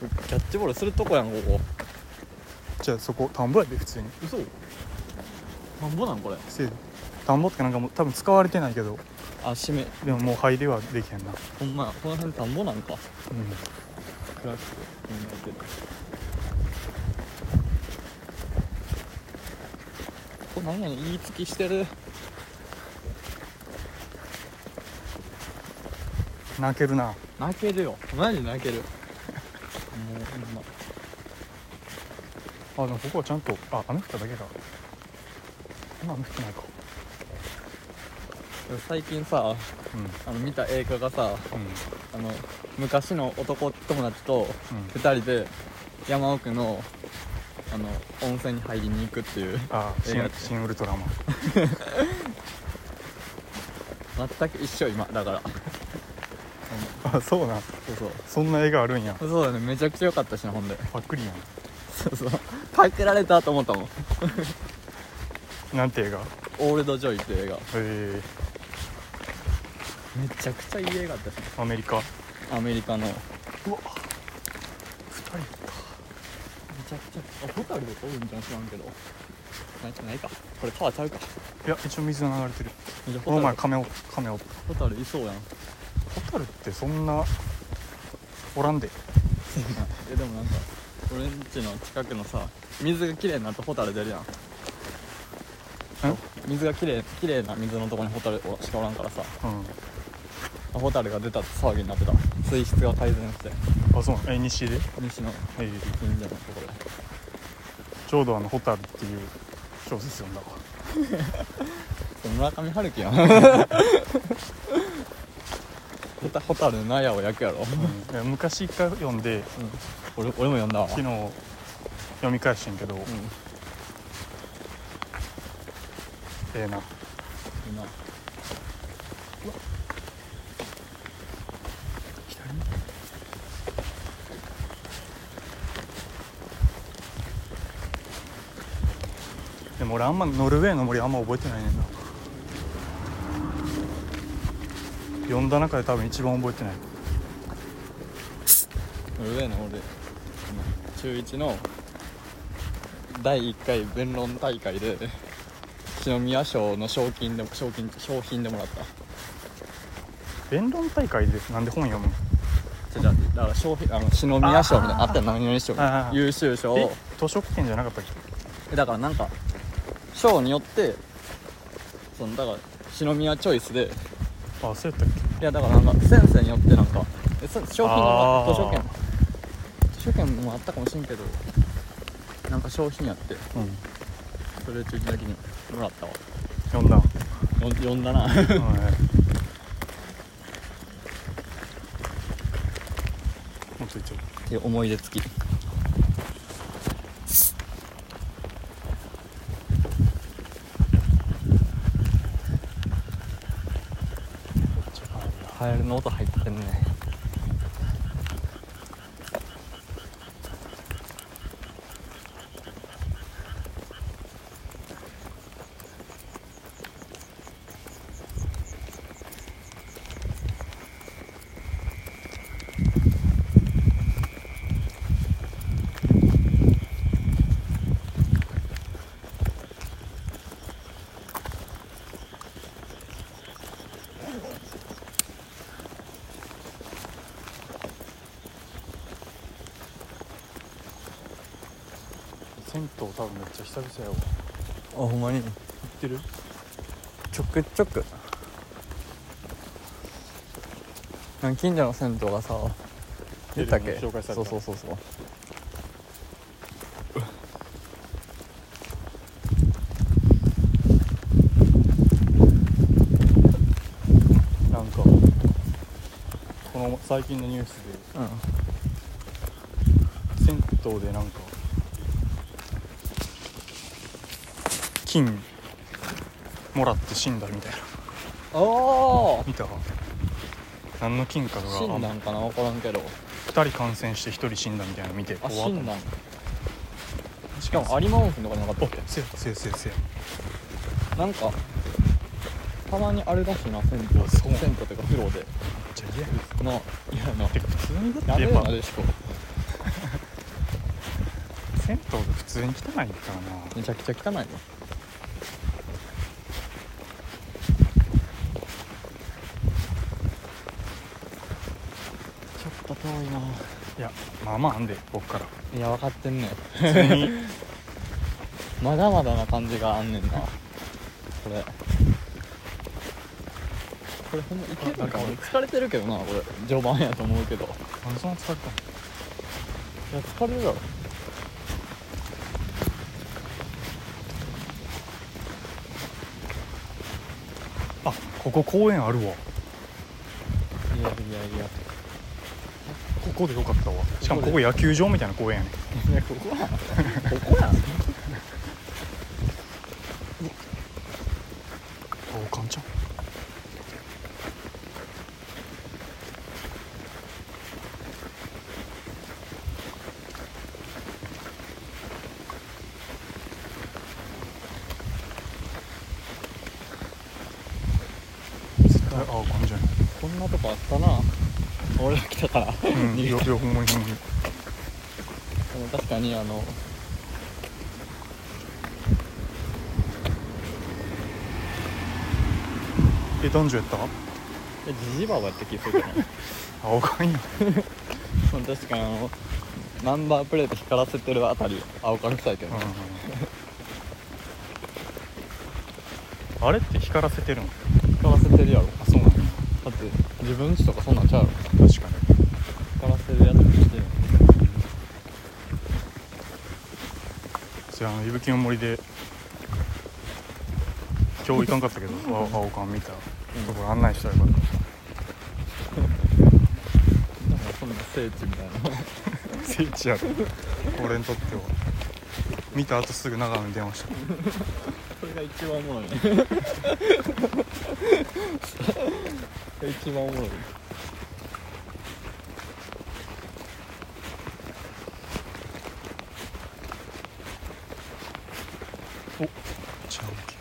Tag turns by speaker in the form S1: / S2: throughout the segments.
S1: キャッチボールするとこやんここ
S2: じゃあそこ田んぼやで普通に
S1: 嘘なんぼなんこれ
S2: せやで田んぼってかなんかもう多分使われてないけど
S1: あ閉め
S2: でももう入りはできへんな
S1: ほんまやこの辺田んぼなんか
S2: うん
S1: 暗くてみんなやってるここ何やねん言いつきしてる
S2: 泣けるな
S1: 泣けるよマジ泣けるもうほんま
S2: あでもここはちゃんとあ雨降っただけか今雨降ってないか
S1: 最近さ
S2: うんうん
S1: あの見た映画がさあの昔の男友達と
S2: うん
S1: 2人で山奥のあの温泉に入りに行くっていう
S2: あ
S1: 映
S2: 新
S1: 画
S2: 「新ウルトラマン
S1: 全く一緒今だから」
S2: あそうなん
S1: そうそう
S2: そんな映画あるんや
S1: そうだねめちゃくちゃ良かったしなほんで
S2: パックリや
S1: そうそうパクられたと思ったもん
S2: んなんて映画へ
S1: 「オールド・ジョイ」っていう映画
S2: え
S1: めちゃくちゃいい映画だったし
S2: アメリカ
S1: アメリカのめ
S2: うわ2人
S1: ちゃくちゃあホタルで撮るんじゃん知らんけどないないかこれ川ちゃうか
S2: いや一応水が流れてる
S1: じゃあ
S2: この
S1: ホタル
S2: 前カメオカメオホ
S1: ホタルいそうやん
S2: タルってそんなおらんで
S1: えでもなんか俺んちの近くのさ水がきれいになってホタル出るやん水がきれいきれいな水のとこにホタルおしかおらんからさ
S2: うん
S1: あホタルが出たって騒ぎになってた水質が改善して
S2: あそうなんえ西で、
S1: 西の
S2: えー
S1: 近所のところで
S2: ちょうどあの「ホタル」っていう小説読んだわ
S1: それ村上春樹やん ホタホタルの納屋を焼くやろ、
S2: うんいや昔一回読んで
S1: 俺俺も読んだわ
S2: 昨日読み返してんけど、
S1: うん
S2: ええな
S1: 今
S2: でも俺あんまノルウェーの森あんま覚えてないねんな読んだ中で多分一番覚えてない
S1: ノルウェーの俺中1の第1回弁論大会で篠宮賞の賞金で賞金賞品でもらった
S2: 弁論大会でなんで本読むの
S1: じゃじゃだから賞品あの篠宮賞みたいなのあったら何々賞みたい
S2: あ
S1: な
S2: ー
S1: 優秀賞
S2: え
S1: を
S2: 図書券じゃなかったっけ
S1: だからなんか賞によってそのだから篠宮チョイスで
S2: あそうやったっけ
S1: いやだからなんか先生によってなんかえそ商品
S2: あ
S1: が
S2: ー
S1: 図書券図書券もあったかもしんけどなんか商品やって
S2: うん
S1: それ中期だけにもらったわ
S2: 読ん だ、
S1: よ呼んだな
S2: はいもうちょいちょい
S1: で思い出付きカエルの音入ってんね
S2: 銭湯多分めっちゃ久々やわ
S1: あほんまに
S2: 行ってる
S1: ちょくちょくなんか近所の銭湯がさ言ったっけ
S2: テレビに紹介された
S1: そうそうそうそう
S2: なんかこの最近のニュースで
S1: うん
S2: 銭湯でなんか金もらって死んだみたいな
S1: あ
S2: 見た何の金か
S1: あ
S2: が
S1: 死んだんかな分からんけど
S2: 2人感染して1人死んだみたいなの見て
S1: あ
S2: 怖
S1: 死
S2: かっ
S1: んだん
S2: た
S1: しかも有馬温泉とかなかった
S2: お
S1: っけ
S2: せやせやせやせや
S1: なんかたまにあれらしいな銭湯で
S2: そう
S1: 銭湯っていうか風呂で
S2: じゃあ嫌や
S1: のいやの
S2: てか普通にだ
S1: や
S2: って
S1: べえ
S2: やっ
S1: な
S2: ぱ
S1: でしこ
S2: 銭湯で普通に汚いからな
S1: めちゃくちゃ汚いよちょっと遠いない
S2: やまあまああんで僕から
S1: いや分かってんねん
S2: 普通に
S1: まだまだな感じがあんねんなこれこれほんまいけるのか
S2: あなん
S1: 俺疲れてるけどなこれ序盤やと思うけどい
S2: あのそんな疲れたの
S1: や疲れるだろ
S2: あここ公園あるわ
S1: いやいやいや
S2: ここでよかったわしかもここ野球場みたいな公園やね
S1: いやここはここやん
S2: あおかんちゃん絶対あおかんじゃん
S1: こんなとこあったな俺ら来たから、
S2: うん、い
S1: 逃げ
S2: やいやほんまにほんまに
S1: でも確かにあの
S2: え男女やった
S1: えジジババやった気するけどな
S2: あおかんや
S1: その確かにあのナンバープレート光らせてるあたり青か臭いけど、
S2: うんあれって光らせてるの
S1: 光らせてるやろ
S2: あそうなんだ
S1: だって自分家とかそんなんちゃうやろ
S2: 確かに
S1: 光らせるやつにしてる
S2: じゃああの伊吹の森で今日行かんかったけどあ青缶見たところ案内したらよかった
S1: なんかそんな聖地み たいな
S2: 聖地やろ俺にとっては見た後すぐ長野に電話した
S1: それが一番おもろいねそれが一番おもろい
S2: ちゃうき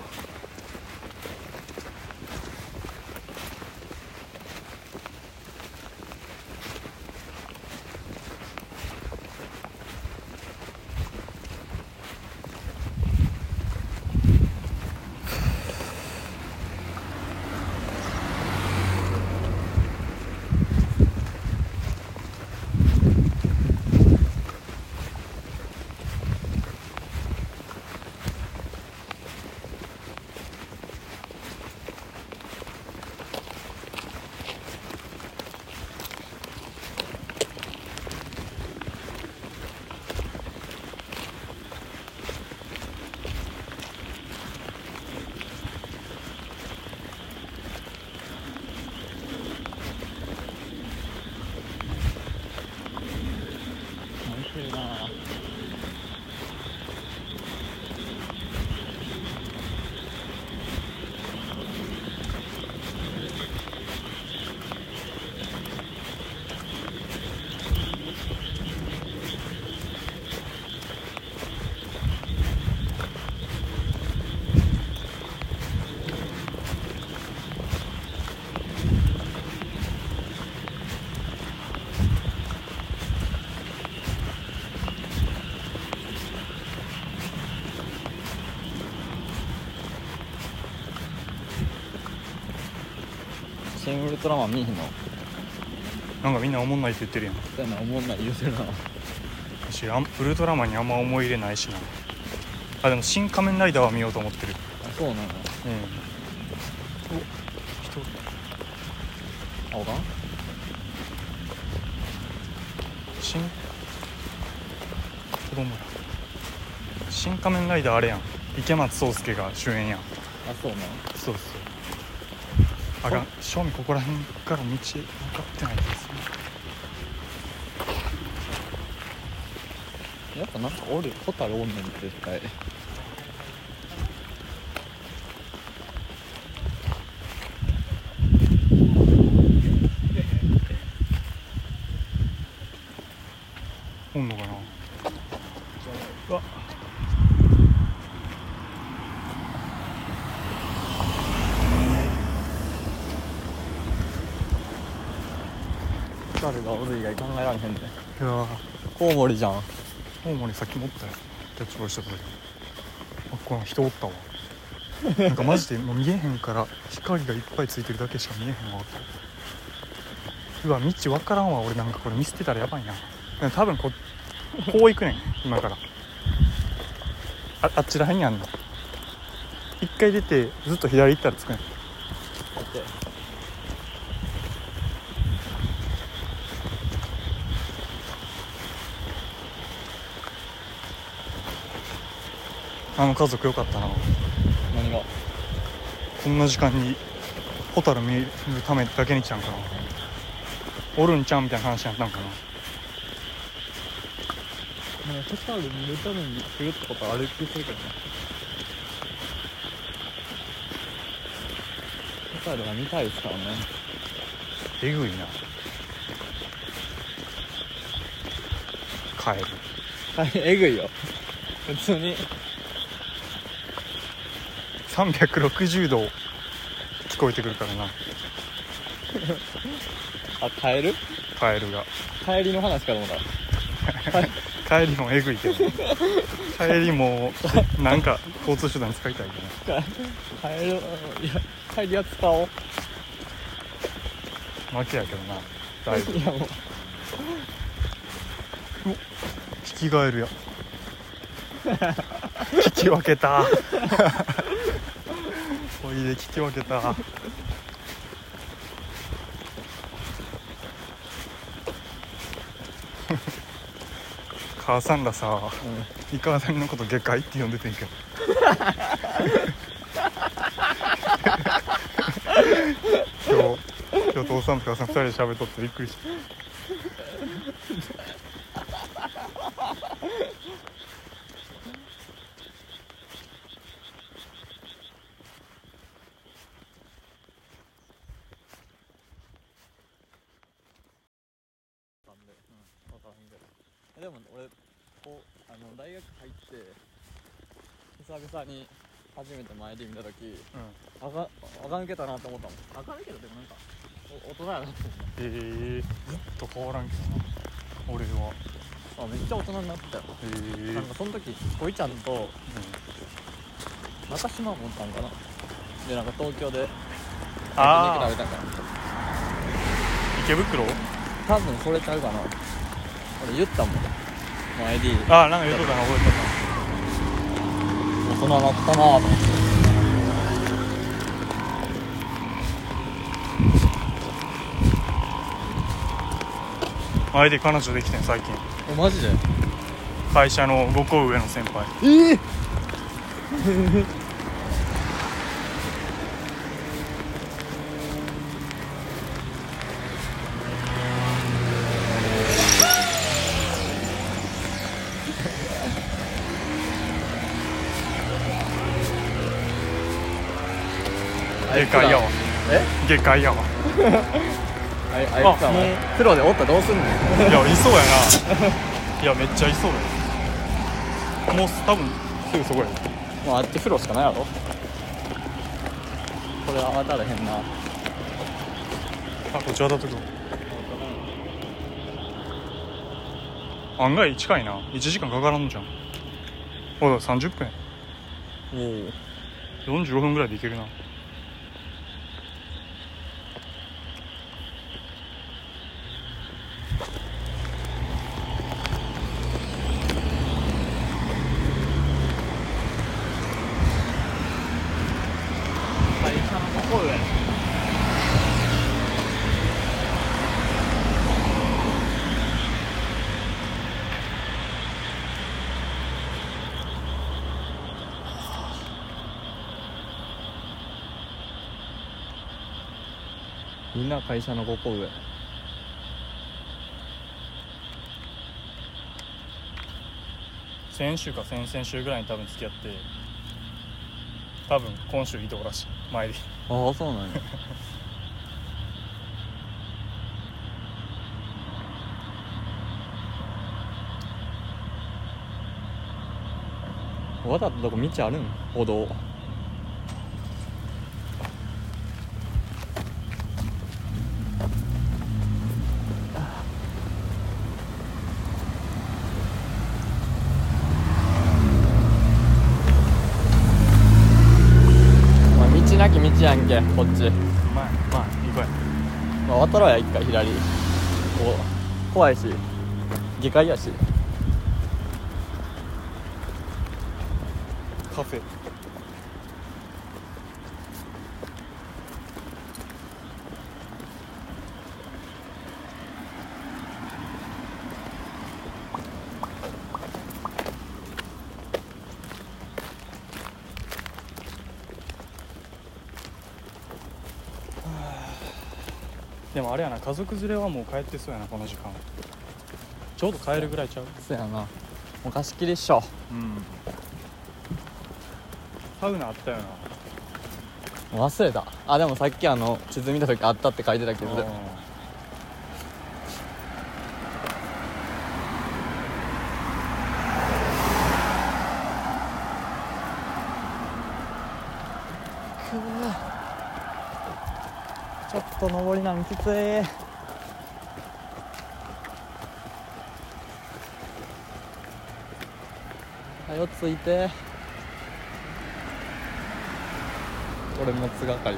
S1: 面白いな新ウルトラマン見えへんの
S2: なんかみんなおもんないって言ってるやん
S1: みたいな思んない言うてるな
S2: 私あんウルトラマンにあんま思い入れないしなあでも「新仮面ライダー」は見ようと思ってる
S1: あそうなの
S2: うんお人
S1: あおかん
S2: 新子供ら新仮面ライダーあれやん池松壮亮が主演やん
S1: あそうなの
S2: そうそうあが正味ここら辺から道分かってないですね
S1: やっぱなんかおるホタルおんねん絶対
S2: おんのかなうわ
S1: ホタルがおる以外考えられへんね
S2: いやー
S1: コウモリじゃん
S2: 大森さっき持ったやつキャッチボールしてた時あこの人おったわなんかマジでもう見えへんから光がいっぱいついてるだけしか見えへんわうわ道わからんわ俺なんかこれ見捨てたらやばいなでも多分ここう行くねん今からああっちらへんにあんの一回出てずっと左行ったら着くねんあの家族よかったな
S1: 何が
S2: こんな時間にホタル見るためだけに来たんかなおるんちゃんみたいな話になったんかな
S1: なんかホタル見るために来るってことは歩きするけどねホタルが見たいですからね
S2: えぐいな帰る
S1: はい えぐいよ普通に
S2: 360度聞こえてくるからな
S1: あカエル
S2: カエルが
S1: カエリの話かと思った
S2: 帰りもえぐいけどね帰りもなんか交通手段使いたいけどね
S1: カエルいやカエリは使おう
S2: 負けやけどなだいぶ
S1: いやもう
S2: 引きガエルや引き分け たおいで引き分けた 母さんらさ、イカワダニのこと「下界」って呼んでてんけど今日今日父さんと母さん2人で喋っとってびっくりした
S1: わからんけどえでも俺こうあの大学入って久々に初めて前で見た時
S2: うん
S1: あがあが抜けたなって思ったもんあが抜けたでもなんかお大人やなって
S2: えー、ずっと変わらんけどな俺は
S1: 思ったあめっちゃ大人になったよ
S2: えー
S1: なんかその時こいちゃんと
S2: うん
S1: 中島もおったんかなでなんか東京で焼
S2: あ
S1: 肉食べたんかな
S2: ー池袋
S1: 多分それちゃうかな俺言ったもん前 D
S2: ああなんか言うとったな覚
S1: 大人なったなぁと思って
S2: えとったな前で彼女できてん最近
S1: えマジで
S2: 会社の5個上の先輩
S1: ええ
S2: 下界やわ
S1: え
S2: 下界やわ
S1: あいあいつさ
S2: あ
S1: ん
S2: もう
S1: プロでおったらどうすんの
S2: いやいそうやないやめっちゃいそうやもう多分すぐそこや
S1: もうあっちプロしかないやろこれは当たれへんな
S2: あこっち渡っとくわ案外近いな1時間かからんのじゃんほら30分や
S1: おお
S2: 45分ぐらいでいけるな
S1: 会社の声やみんな会社の5個上
S2: 先週か先々週ぐらいに多分付き合って多分今週移動らしい前で
S1: ああそうなんや 渡ったとこ道あるん歩道ちやんけこっち、
S2: まあまあ行こうや
S1: まあ、渡ろうや一回左こう怖いし下界やし
S2: カフェでもあれやな家族連れはもう帰ってそうやなこの時間ちょうど帰るぐらいちゃう
S1: そやなもう貸し切りっしょ
S2: うんサウナあったよな
S1: 忘れたあでもさっきあの地図見た時あったって書いてたけどちょっと上りなみきついはよついて俺もつがかり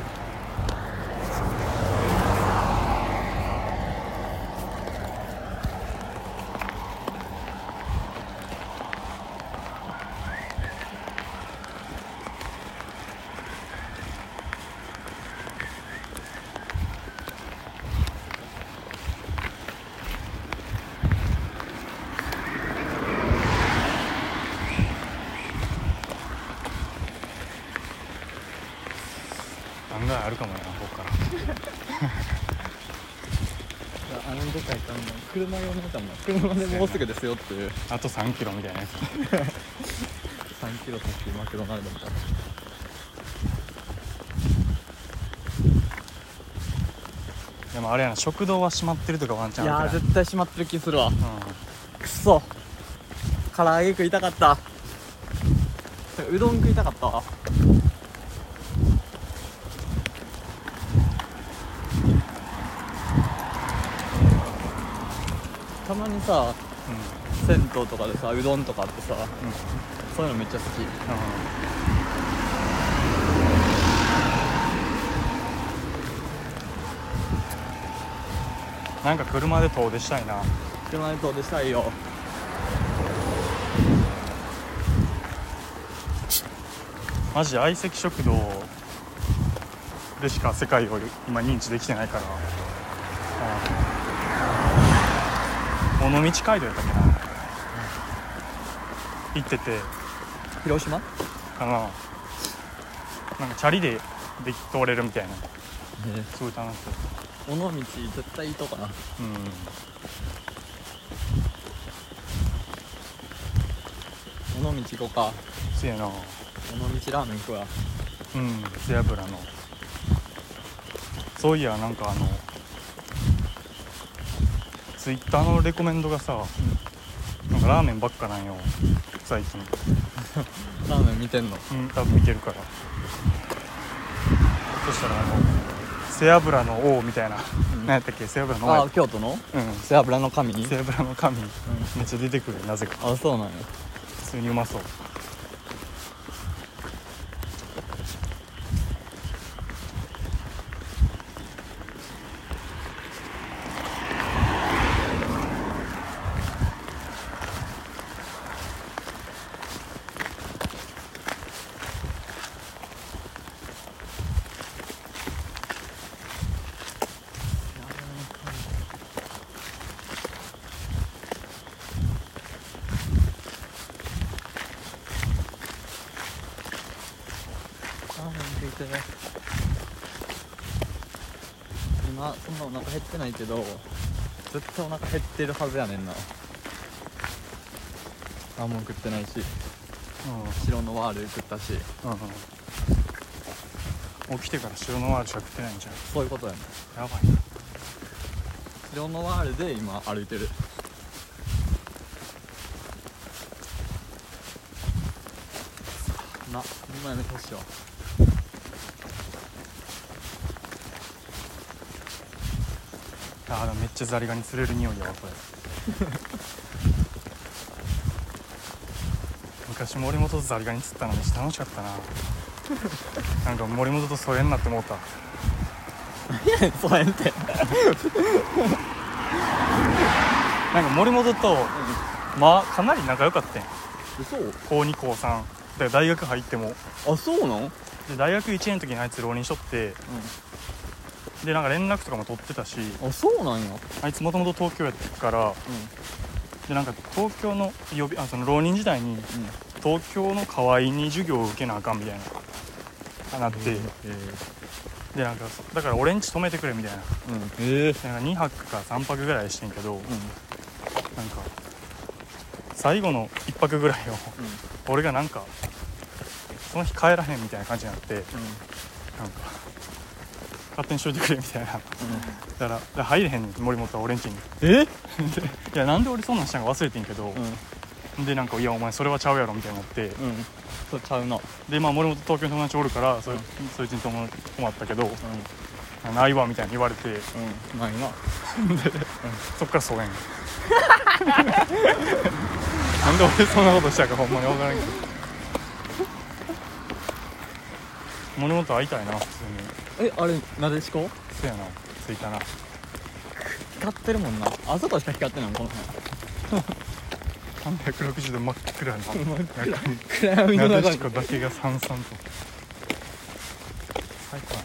S2: 案外あるかもなここから
S1: あのでかい看板車用の看板車でもうすぐですよっていう
S2: あと3キロみたいなやつ
S1: 3キロ先マクドナルドみたいな
S2: でもあれやな食堂は閉まってるとかワンチャ
S1: い
S2: ン
S1: や
S2: ある
S1: ー
S2: か
S1: 絶対閉まってる気するわ
S2: らうん
S1: くそ唐揚げ食いたかったてかうどん食いたかったわたまにさ
S2: う
S1: 銭湯とかでさうどんとかあってさ
S2: んうん
S1: そういうのめっちゃ好き
S2: なんか車で遠出したいな
S1: 車で遠出したいよ
S2: マジ相席食堂でしか世界を今認知できてないからうん尾道街道やったっけな行ってて
S1: 広島
S2: あのなんかチャリでで通れるみたいな
S1: え
S2: すごい楽しそう
S1: 尾道絶対いいとこな
S2: うん
S1: 尾道行こうか
S2: せやな
S1: 尾道ラーメン食うわ
S2: うん背脂のそういやなんかあのツイッターのレコメンドがさ、なんかラーメンばっかなんよ最近
S1: ラーメン見てんの
S2: うん多分見てるからそしたらあの背脂の王みたいな、
S1: うん
S2: なんやったっけ背脂の王や
S1: あ
S2: っ
S1: ー京都の
S2: たうん
S1: 背脂の神に
S2: 背脂の神、めっちゃ出てくるなぜか
S1: あそうなんや
S2: 普通にうまそう
S1: ラーメン食いたい今そんなお腹減ってないけど絶対お腹減ってるはずやねんな何も食ってないし白のワール食ったし
S2: うん、うん、起きてから白のワールしか食ってないんじゃん
S1: そういうことやねん
S2: やばいな
S1: 白のワールで今歩いてるな今やめてほしいわ
S2: あーでもめっちゃザリガニ釣れる匂いやわこれ 昔も俺もとザリガニ釣ったのめっちゃ楽しかったななんか森本と疎遠になってもうた
S1: そうやんって
S2: なんか森本と、まあかなり仲良かったん
S1: 嘘
S2: 高2高3だから大学入っても
S1: あそうなんうん
S2: で大学1年の時にあいつ浪人しとってでなんか連絡とかも取ってたし
S1: あそうなんや
S2: あいつもともと東京やったからでなんか東京の予備あその浪人時代に
S1: うん
S2: 東京の河合に授業を受けなあかんみたいなあなって、でなんかだから俺んち泊めてくれみたいな
S1: うんええ
S2: でなんか2泊か3泊ぐらいしてんけど、
S1: うん
S2: なんか最後の1泊ぐらいを俺がなんかその日帰らへんみたいな感じになってなんか勝手にしといてくれみたいなだからだから入れへんねん森本は俺んちに
S1: うんえ
S2: いやなんで俺そんなんしたんか忘れてんけど、でなんか「いやお前それはちゃうやろ」みたいになって
S1: うんうんそうちゃうなうん
S2: でまあ森本東京の友達おるからそ,、
S1: うん
S2: そいつに泊ま泊まったけど「ないわ」みたいに言われて
S1: うんないな
S2: そっから疎遠 なんで俺そんなことしたかほんまに分からんけど森本会いたいな普通に
S1: えあれなでしこ
S2: そうやな着いたな
S1: 光ってるもんなあそこしか光ってないもんこの辺
S2: 360度真っ暗な中に
S1: 暗闇の
S2: な
S1: 中
S2: でし
S1: に
S2: こだけがさんさんと最高や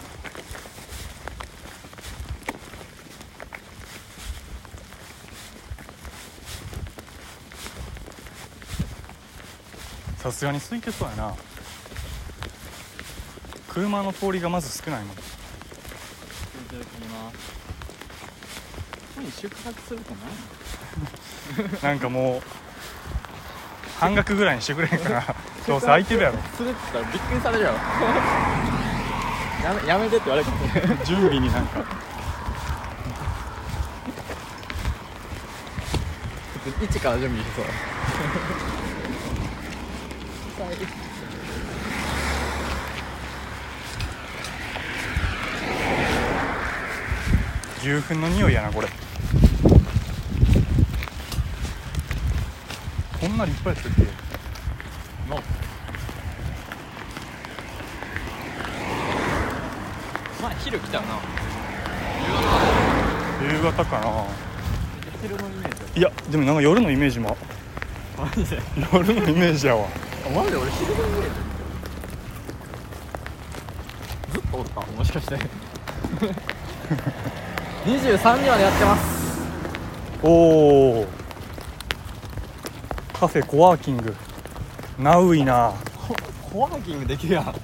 S2: なさすがに空いてそうやな車の通りがまず少ないもん
S1: ここに宿泊するとないの
S2: なんかもう半額ぐらいにしてくれへんかなどうせ空いてるやろ
S1: するって言ったらびっくりされるやろ やめやめてって言われるかもしれん
S2: 準備になんか
S1: 一から準備しそう
S2: 牛糞の匂いやなこれこんな立派やったっけ
S1: の前昼来たよな
S2: 夕方かな
S1: 昼のイメージ
S2: いやでもなんか夜のイメージも
S1: マジで
S2: 夜のイメージやわ
S1: マジで俺昼のイメージずっとおったもしかして 23時までやってます
S2: おおカフェコワーキングナウイな
S1: ココワーキングできるやん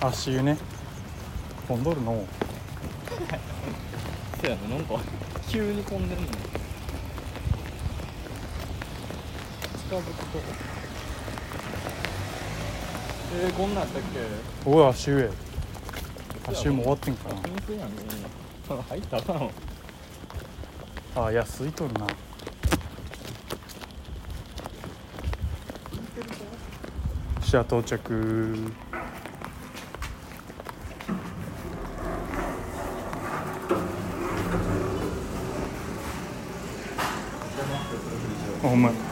S2: 足湯ね飛んどるの
S1: せやななんか急に混んでるの近づくとえー、こんなんやったっ け
S2: おい足湯へ足湯も終わってんか
S1: あ噴水やんねその入ったらあかんわ
S2: なあ安いとるなシア到着あほんまや